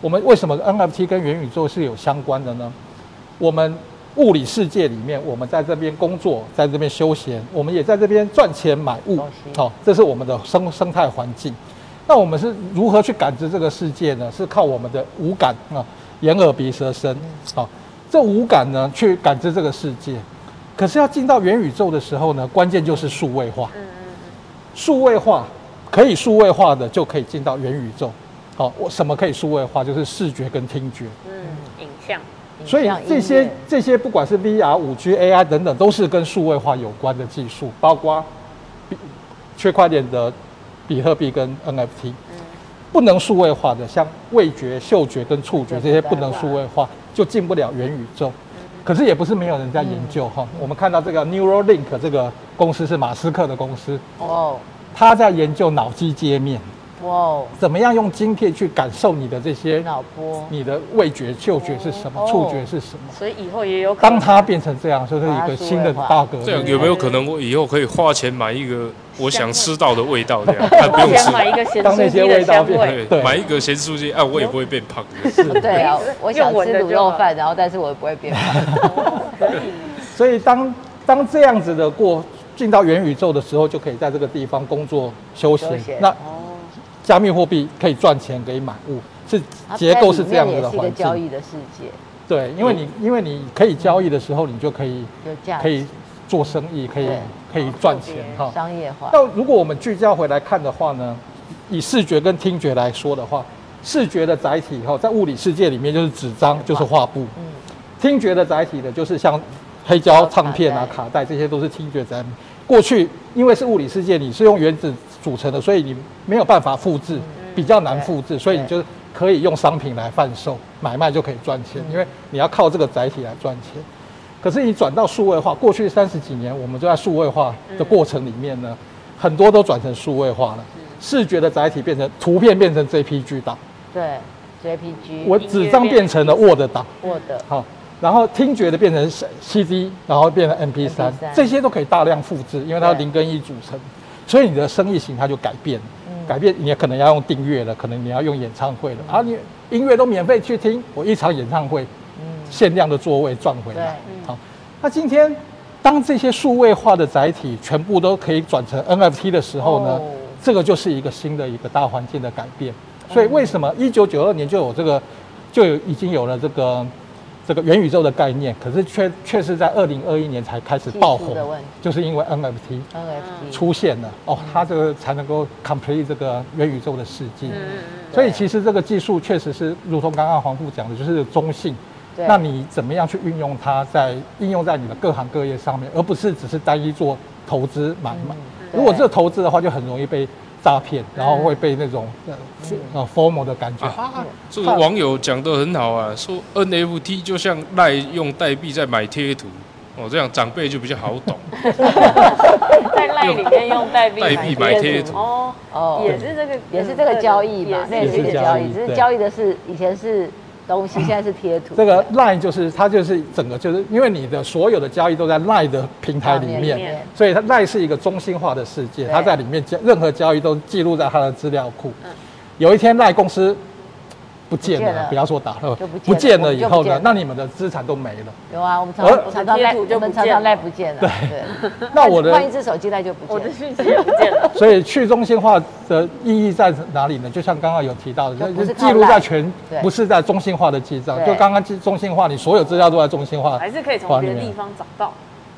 我们为什么 NFT 跟元宇宙是有相关的呢？我们物理世界里面，我们在这边工作，在这边休闲，我们也在这边赚钱买物东西，好、这是我们的生生态环境。那我们是如何去感知这个世界呢？是靠我们的五感啊，眼、耳、鼻、舌、身，好、这五感呢去感知这个世界。可是要进到元宇宙的时候呢，关键就是数位化。嗯嗯数位化可以数位化的就可以进到元宇宙。好、我什么可以数位化？就是视觉跟听觉。嗯，影像所以影像音这些乐这些不管是 VR、五 G、AI 等等，都是跟数位化有关的技术，包括比区块链的比特币跟 NFT，不嗯能数位化的，像味觉、嗅觉跟触觉这些不能数位化，就进不了元宇宙。嗯可是也不是没有人在研究哈、我们看到这个 Neuralink 这个公司是马斯克的公司，哇哦他在研究脑机界面，哇哦，怎么样用晶片去感受你的这些脑波你的味觉、嗅觉是什哦么，触觉是什么。所以以后也有可能当它变成这样，就是一个新的大格这样局。有没有可能我以后可以花钱买一个我想吃到的味道，这 样但不花用吃钱？买一个咸当那些酥鸡的味道香变味，对，对买一个咸酥鸡，啊，我也不会变 胖的。对啊，我想用闻吃的卤就好肉饭，然后但是我也不会变胖。 所以当当这样子的过进到元宇宙的时候，就可以在这个地方工作休休闲闲。那哦，加密货币可以赚钱，可以买物，是啊它结构是这样在里子面的也是一环个交境。易的嗯世界，对，因为你因为你可以交易的时候，你就可以有价值可以做生意，可以嗯对可以赚钱哈。商业化。那如果我们聚焦回来看的话呢，以视觉跟听觉来说的话，视觉的载体哈，在物理世界里面就是纸张，就是画布；嗯，听觉的载体呢，就是像黑胶唱片啊、卡卡带，这些都是听觉载体。过去因为是物理世界，你是用原子组成的，所以你没有办法复制，比较难复制，所以你就可以用商品来贩售、买卖就可以赚钱，因为你要靠这个载体来赚钱。可是你转到数位化，过去三十几年我们就在数位化的过程里面呢，很多都转成数位化了，视觉的载体变成图片变成 JPG 档，对，JPG 我纸张变成了 Word 档， Word 好，然后听觉的变成 CD，然后变成 MP 3 MP3 这些都可以大量复制，因为它对零跟一组成，所以你的生意形态就改变了。改变你也可能要用订阅了，可能你要用演唱会了，啊，你音乐都免费去听，我一场演唱会，限量的座位赚回来。嗯好，那今天当这些数位化的载体全部都可以转成 NFT 的时候呢，哦这个就是一个新的一个大环境嗯的改变。所以为什么一九九二年就有这个，就有已经有了这个这个元宇宙的概念，可是却却是在二零二一年才开始技爆术红的，问题就是因为 NFT ，NFT 出现了嗯哦，它这个才能够 complete 这个元宇宙的世界。嗯所以其实这个技术确实是，如同刚刚黄富讲的，就是中性。对那你怎么样去运用它在，应用在你的各行各业上面，而不是只是单一做投资买卖。嗯对如果是投资的话，就很容易被诈骗，然后会被那种嗯呃呃 formal 的感觉。啊，这个网友讲得很好啊，说 NFT 就像赖用代币在买贴图，哦，这样长辈就比较好懂。在赖里面用代币代币买贴图哦，哦也是这个也是这个交易嘛，那也也是是一这个个交也易，是交易只是对交易的是以前是 东西，现在是贴图。这个 Line 就是它就是整个就是因为你的所有的交易都在 Line 的平台里上面面，所以它 Line 是一个中心化的世界，对它在里面交任何交易都记录在它的资料库嗯。有一天 Line 公司不见不见了了，不要说打了就不见了，不见了以我们就不后见了呢，那你们的资产都没了。有啊，我们常而我常常赖，贴图就我们不见常常了赖不见了。对，呃 那我嗯换一的只手机赖就不我见的了。讯息也不见了，所以去中心化的意义在哪里呢？就像刚刚有提到的，就不是靠记录在 Line 全对，不是在中心化的记账。对就刚刚记中心化，你所有资料都在中心化还是可以从别的地方找到。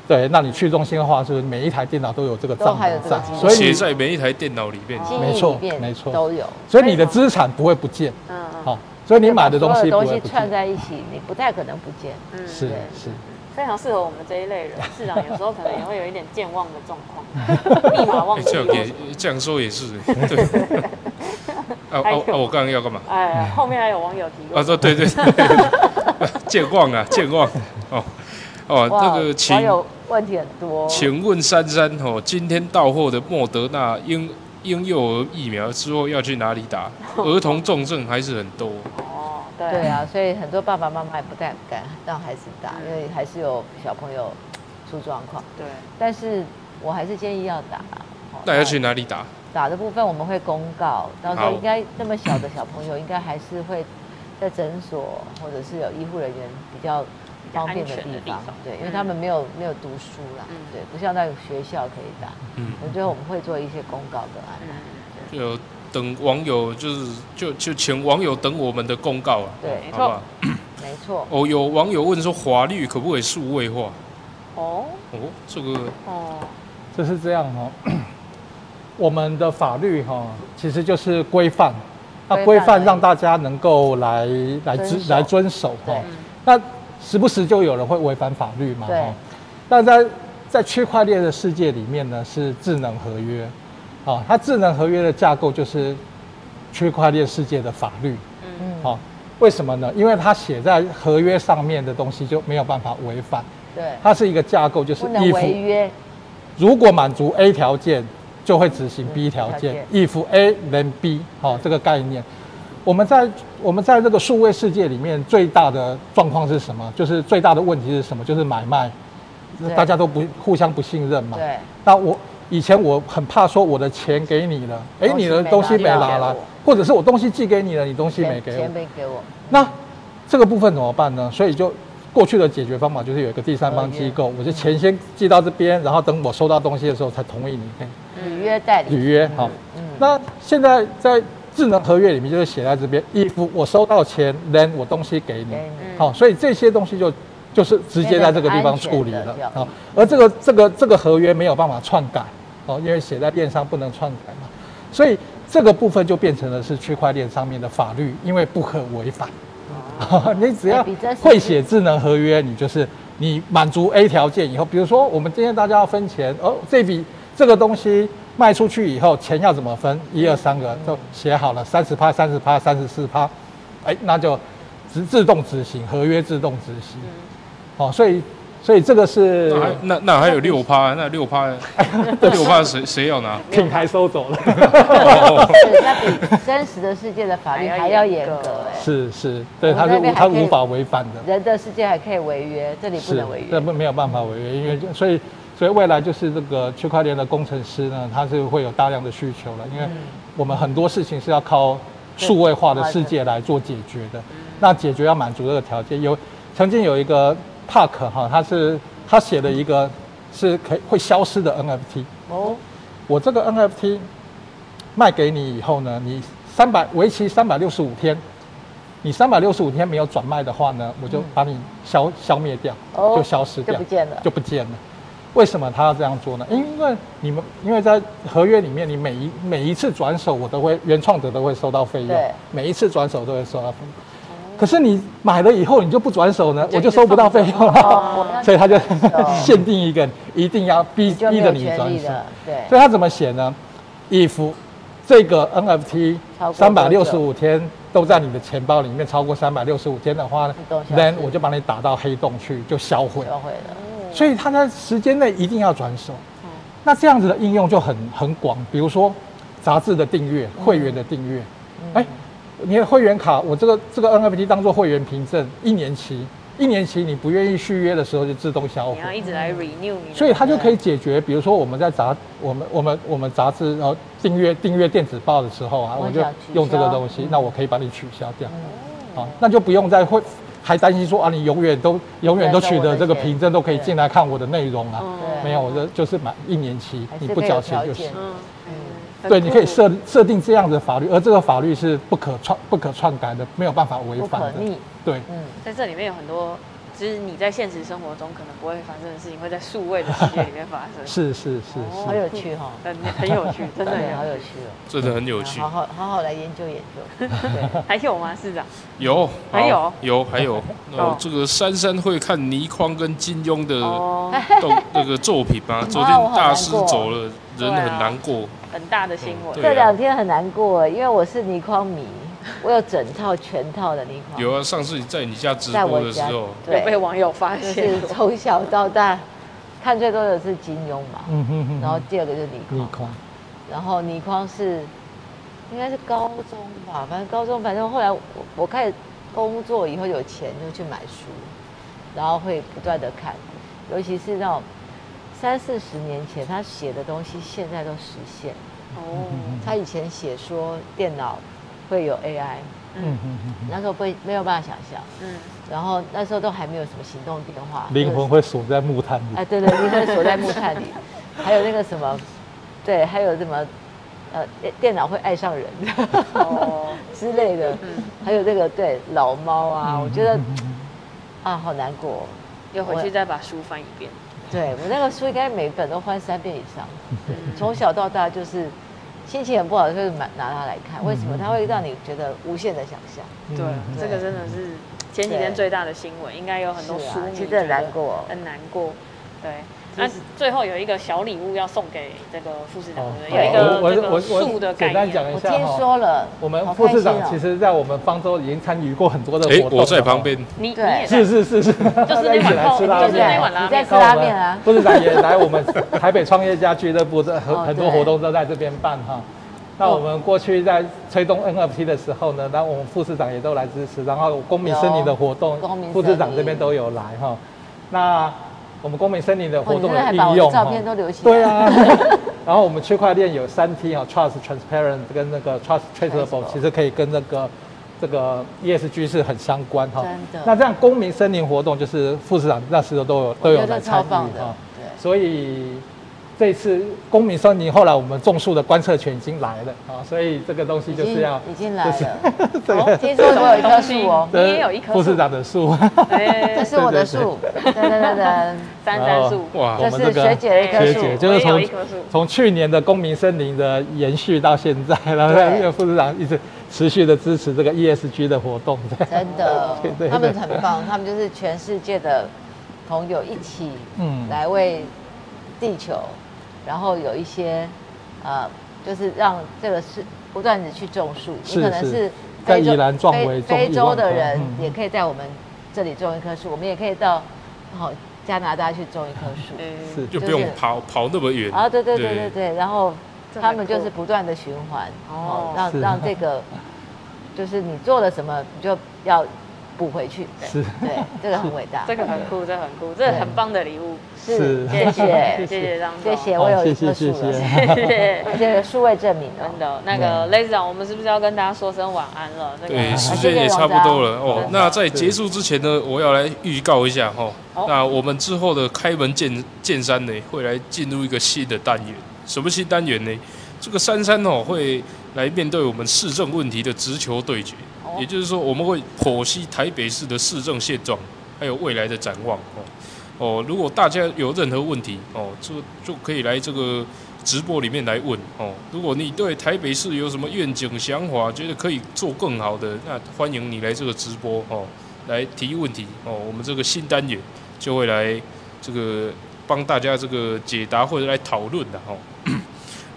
对，那你去中心化是不是每一台电脑都有这个都账还有本这个在记，录 所以写你在每一台电脑里面。哦记没忆错里面没错都有，所以你的资产不会不见，嗯嗯，好、所以你买的东所西有不东会西不串见，在一起，你不太可能不见。嗯，是对是，非常适合我们这一类人。市长有时候可能也会有一点健忘的状况，立马忘哎记这。样也这样说 也是，对。啊啊啊！我刚刚要干嘛？哎，后面还有网友提啊，问，对对对， 健忘啊，健忘。哦哦，那个请网友问题很多。请问珊珊哦，今天到货的莫德纳婴婴幼儿疫苗之后要去哪里 打？儿童重症还是很多。哦，对对，啊，所以很多爸爸妈妈也不太敢让孩子打，因为还是有小朋友出状况。对，但是我还是建议要打。哦那要去哪里打？打的部分我们会公告，到时候好应该那么小的小朋友，应该还是会在诊所或者是有医护人员比较方便的安全地的地方方，对，因为嗯他们没有没有读书啦嗯，对，不像在学校可以打。嗯我最后我们会做一些公告的安嗯排，，就等网友，就是就就请网友等我们的公告啊，对，没好错不好？没错，哦，有网友问说，法律可不可以数位化？哦哦，这个哦，就是这样哦。 我们的法律哈、其实就是规范，那规规范而范已让大家能够来来遵遵守来遵守哈、对那时不时就有人会违反法律嘛。对哦那在在区块链的世界里面呢，是智能合约，啊、它智能合约的架构就是区块链世界的法律，嗯嗯，好、为什么呢？因为它写在合约上面的东西就没有办法违反，对，它是一个架构，就是不能 if 违约，如果满足 A 条件，就会执行 B 条嗯件了，if A then B，好、这个概念。我们在我们在这个数位世界里面，最大的状况是什么？就是最大的问题是什么？就是买卖对，大家都不互相不信任嘛。对，那我以前我很怕说我的钱给你了，哎，你的东东西西没没拿拿给来我，或者是我东西寄给你了，你东西没钱给钱我，没给我，那这个部分怎么办呢？所以就过去的解决方法就是有一个第三方机构，我就钱先寄到这边，然后等我收到东西的时候才同意你嘿履约代理，履约。好，嗯那现在在智能合约里面就是写在这边，if 我收到钱，then 我东西给你给。你好，所以这些东西就就是直接在这个地方处理变得了很安全的啊。而这个这个这个合约没有办法篡改哦，因为写在链上不能篡改嘛，所以这个部分就变成了是区块链上面的法律，因为不可违反。 你只哎要比这是会写智能合约，你就是你满足 A 条件以后，比如说我们今天大家要分钱，哦，这笔这个东西卖出去以后，钱要怎么分？一二三嗯个都写好了，三十趴、三十趴、三十四趴，哎，那就自自动执行，合约自动执行。嗯哦，所以所以这个是那还那那还有六趴，那六 趴六趴谁谁要拿？品牌收走了。哦对，它比真实的世界的法律还要严格，哎，是是，对，我它们那是边无还它可以无法违反的。人的世界还可以违约，这里不能违这约，不没有办法违约，因为就所以所以未来就是这个区块链的工程师呢，他是会有大量的需求了，嗯因为我们很多事情是要靠数位化的世界来做解决嗯的。那解决要满足这个条件，有曾经有一个 Park 哈，他是他写了一个是可以会消失的 NFT，哦，我这个 NFT 卖给你以后呢，你三百为期三百六十五天，你三百六十五天没有转卖的话呢，我就把你消消灭掉，嗯哦就消失就掉不，见了。就不见了。为什么他要这样做呢？因为你们因为在合约里面，你每一每一次转手，我都会原创者都会收到费用对，哦每一次转手都会收到费用。可是你买了以后你就不转手呢，就我一就直收不到放费着用了，哦，我 要所以他就哦 限定一个，一定要逼你就没逼有着你权转利手。了，对，所以他怎么写呢？if 这个 NFT 超过三百多六久十五天都在你的钱包里面超过三百六十五天的话呢自动消，then 失我就把你打到黑洞去，就销毁。销毁了。所以它在时间内一定要转手。嗯那这样子的应用就很很广，比如说杂志的订阅、嗯会员的订阅，哎、你的会员卡，我这个这个 NFT 当做会员凭证，一年期，一年期你不愿意续约的时候就自动销你要毁。一直来 renew 你的，哦嗯所以它就可以解决，比如说我们在杂我们我们我们杂志然后订阅订阅电子报的时候啊，我我就想取消嗯用这个东西，那我可以把你取消掉，好，那就不用再会还担心说啊，你永远都永远都取得这个凭证，都可以进来看我的内容啊。对没有，我这就是买一年期还，是你不缴钱可以就有条件行。嗯，嗯对，你可以。很酷设设定这样的法律，而这个法律是不可篡不可篡改的，没有办法违不反可的。逆，对，嗯，在这里面有很多，就是你在现实生活中可能不会发生的事情，会在数位的世界里面发 生，是是是哦好是。有趣哈，很很有 趣，真的对，好很有有趣。趣哦，真的很有趣嗯好。好好好来研究研究，对，还有吗，市长？有，好还有有，还有。哦哦，这个珊珊会看倪匡跟金庸的哦，哎动 那个作品 吗？昨天啊我好大难师过走了，人对很啊难过。很大的新闻对。啊这两天很难过，因为我是倪匡迷，我有整套全套的倪匡，有啊，上次你在你家直在播我的时家候，有被对，网友发就现是，从小到大看最多的是金庸嘛，嗯哼哼。然后第二个就是倪逆匡，空。然后倪匡是应该是高中吧，反正高中，反正后来我我开始工作以后有钱就去买书，然后会不断的看，尤其是那种三四十年前他写的东西，现在都实现。嗯哦，他以前写说电脑会有 AI，嗯哼哼哼。那时候不没有办法想象，嗯，然后那时候都还没有什么行动电话，灵魂会锁在木 炭哎，里。对对，灵魂锁在木炭 里，还有那个什么，对，还有什么，呃，电电脑会爱上人哦， 之类的，嗯还有这个对老猫啊，我觉得啊好难过，又回去再把书翻一遍。对我那个书应该每本都翻三遍以上，嗯从小到大就是心情很不好的时候就买拿它来看，为什嗯么它会让你觉得无限的想象？对，这个真的是前几天最大的新闻，应该有很多是啊书迷其实觉得很难过很难过。对，其那实最后有一个小礼物要送给这个副市长，对不对？有一对个这我个我我树的概简单讲念。一我下听哈。说了，我们好副市开心长哦其实，在我们方舟已经参与过很多的活哎，动。我在旁边。。你你对也是是是是，就是那一起碗来吃泡拉 就面，是那碗拉你在面吃拉面啊那我们副市长也来我们台北创业家俱乐部，这很哦很多对活动都在这边办哈。那我们过去在推动 NFT 的时候呢，那我们副市长也都来支持，然后公民森林的活动有公民，副市长这森林边都有来哈。那我们公民森林的活哦你动真的的还应把我的用照哈，片都留起来对啊。 然后我们区块链有三 T 啊，Trust、Transparent 跟那个 Trust Traceable， Traceable 其实可以跟那个这个 ESG 是很相关哈。真的那这样公民森林活动就是副市长那时候都有都我有觉来得参超与棒的哈，，对，所以这次公民森林后来我们种树的观测权已经来了啊，所以这个东西已就是要经已经来了。这哦个听说我有一棵 树哦，你也有一棵呃副树市长的树，这哎，是我的树，噔噔噔噔，三三树，哇，我这们这是个学姐的一棵学树，姐我就也是有从一棵树。从去年的公民森林的延续到现 在，然后对因为副市长一直持续的支持这个 ESG 的活动，对真的 对对，他们很棒，他们就是全世界的朋友一起嗯来为地球，然后有一些呃，就是让这个是不断的去种树，你是可能是是在非洲宜兰壮围种非非一万洲的棵人嗯也可以在我们这里种一棵树，我们也可以到好加拿大去种一棵树。哎是就不就用是跑跑那么远啊，对对对对对，然后这他很们酷就是不断的循环，哦哦，让是让这个，就是你做了什么，你就要补回去，对是对，这个很伟大，这个很酷，这个很酷，这个很棒的礼物。是是 谢谢谢谢张谢总，谢，好我有一谢棵谢树谢了，谢谢谢。而且有数位证明 真哦，的，那个雷市长，我们是不是要跟大家说声晚安了？那个啊对，时谢间谢也差不多了荣章哦。那在结束之前呢，我要来预告一下哈、好那我们之后的开门见见山呢，会来进入一个新的单元。什么新单元呢？这个珊珊哦会来面对我们市政问题的直球对决。也就是说，我们会剖析台北市的市政现状，还有未来的展望哦。哦，如果大家有任何问题哦，就就可以来这个直播里面来问哦。如果你对台北市有什么愿景想法，觉得可以做更好的，那欢迎你来这个直播哦，来提问题哦。我们这个新单元就会来这个帮大家这个解答或者来讨论的哦。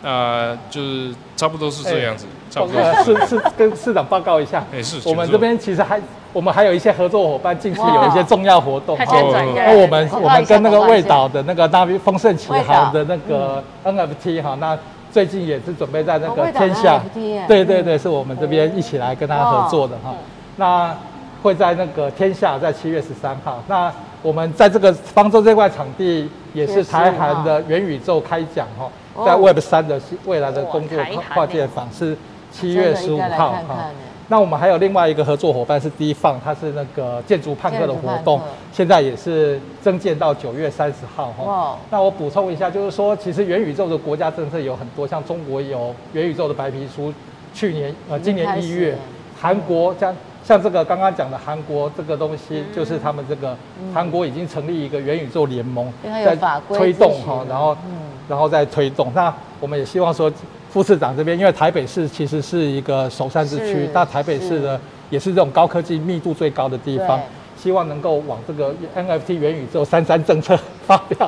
那就是差不多是这样子，差不多。呃，市市跟市长报告一下，哎、是我们请这坐边其实还我们还有一些合作伙伴，近期有一些重要活动。他哦先转一下那来我们广告我一下们跟那个广告一味下岛的那个那边丰盛起味航道的那个 NFT 哈，那最近也是准备在那哦个味道天下 NFT 耶，对对对，是我们这边一起来跟大家合作的哦哈。那会在那个天下，在七月十三号。那我们在这个方舟这块场地，也是台韩的元宇宙开讲哈，哦在 Web 三的未来的工作哇台韩跨耶界坊是七真月的十应五该来号看看哈呢。那我们还有另外一个合作伙伴是 D 放，它是那个建筑判客的活建筑动判客，现在也是增建到九月三十号哇哦哈。那我补充一下，就是说，其实元宇宙的国家政策有很多，像中国有元宇宙的白皮书，去年呃今已经年开始一月了，嗯韩国像像这个刚刚讲的韩国这个东西，就是嗯他们这个韩国已经成立一个元宇宙联盟，因为它有法规推动咨询哈了，然后嗯然后再推动。那我们也希望说，副市长这边，因为台北市其实是一个首善之区是，那台北市的也是这种高科技密度最高的地方对，希望能够往这个 NFT 元宇宙三三政策发表，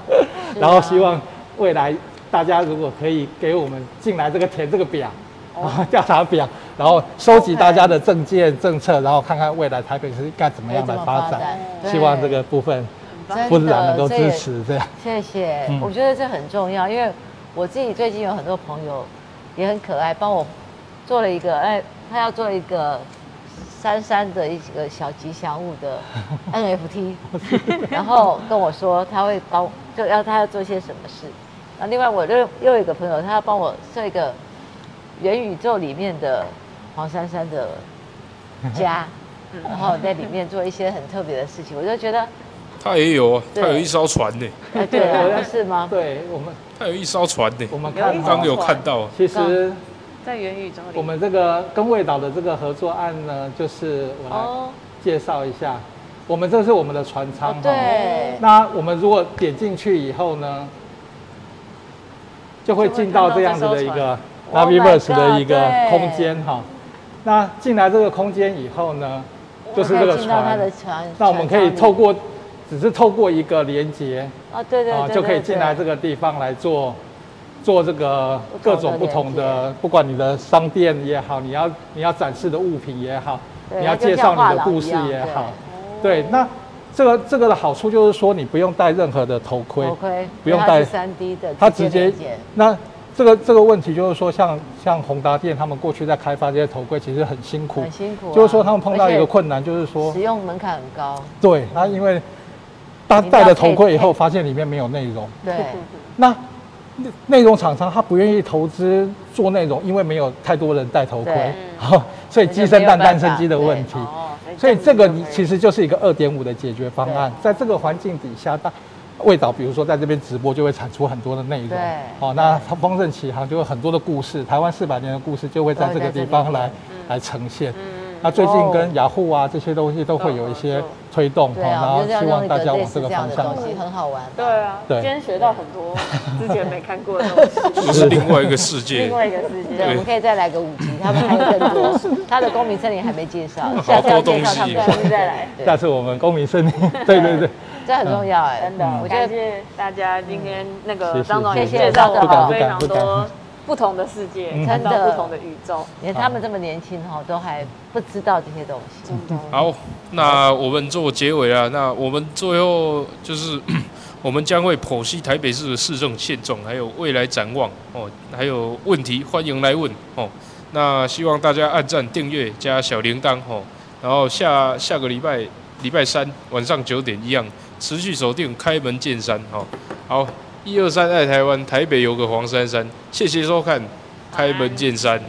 然后希望未来大家如果可以给我们进来这个填这个表。啊， 调查表，然后收集大家的证件政策，然后看看未来台北市该怎么样来发展。对希望这个部分真副市长能的够这支也持，这样。谢谢，嗯我觉得这很重要，因为我自己最近有很多朋友也很可爱，帮我做了一个，哎，他要做一个珊珊的一个小吉祥物的 NFT，然后跟我说他会帮，就要他要做些什么事。然后另外我又又有一个朋友，他要帮我设一个元宇宙里面的黄珊珊的家，然后在里面做一些很特别的事情，我就觉得，他也有啊，他对有一艘船呢，哎，对啊，是吗？对我们，他有一艘船呢。我们有看一哦刚刚有看到啊，其实在元宇宙里，我们这个跟味岛的这个合作案呢，就是我来哦，介绍一下，我们这是我们的船舱哦哈。对，那我们如果点进去以后呢，就会进到这样子的一个就会看到这艘船 Naviverse 的一 Oh 个 my god，空间哈。那进来这个空间以后呢，就是这可个以进到他船的。船，那我们可以船舱里透过，只是透过一个连接，哦，对对啊，对，就可以进来这对个地方来做做这个各种不同不同的的，不管你的商店也好，你要你要展示的物品也好，对你要它就介像绍画你的廊故一事样也对哦好，对，那这个这个的好处就是说，你不用戴任何的头盔，头盔不用戴三 D 的，它直接连接那这个这个问题就是说像，像宏达电他们过去在开发这些头盔，其实很辛苦，很辛苦啊，就是说他们碰到一个而且困难，就是说使用门槛很高，对，他因为他你戴要了配头盔以后，配发现里面没有内容。对，那内内容厂商他不愿意投资做内容，因为没有太多人戴头盔对， 嗯好，所以鸡生蛋蛋生鸡的问题。哦，所以哎这个你其实实就是一个二点五的解决方案，在这个环境底下，大味道比如说在这边直播就会产出很多的内容对，好、那它丰盛起航就有很多的故事，台湾四百年的故事就会在这个地方嗯来来呈现。嗯那最哦近跟雅虎啊这些东西都会有一些推动，对好啊，我们就然后是要希弄望一大个家类往似这这个样方的向东。西，很好玩，对啊，对今天学到很多之前没看过的东西，这是另外一个世界另。外一个世界对，我们可以再来个五集，他们还有更多， 他的公民森林还没介绍，下次要介绍他们下次再来，下嗯对，次我们公民胜利，对对对，这很重要哎，真的，我觉 感得谢大家今天那谢个谢张总也谢介谢绍我不敢们不非敢常不敢多不同的世界，嗯看到真的不同的宇宙。连他们这么年轻哈，都还不知道这些东西，好，那我们做结尾啊。那我们最后就是 我们将会剖析台北市的市政现状，还有未来展望哦，还有问题欢迎来问哦。那希望大家按赞、订阅加小铃铛哦。然后下下个礼拜礼拜三晚上九点一样，持续锁定开门见山哦。好，一二三爱台湾，台北有个黄珊珊，谢谢收看，开门见山。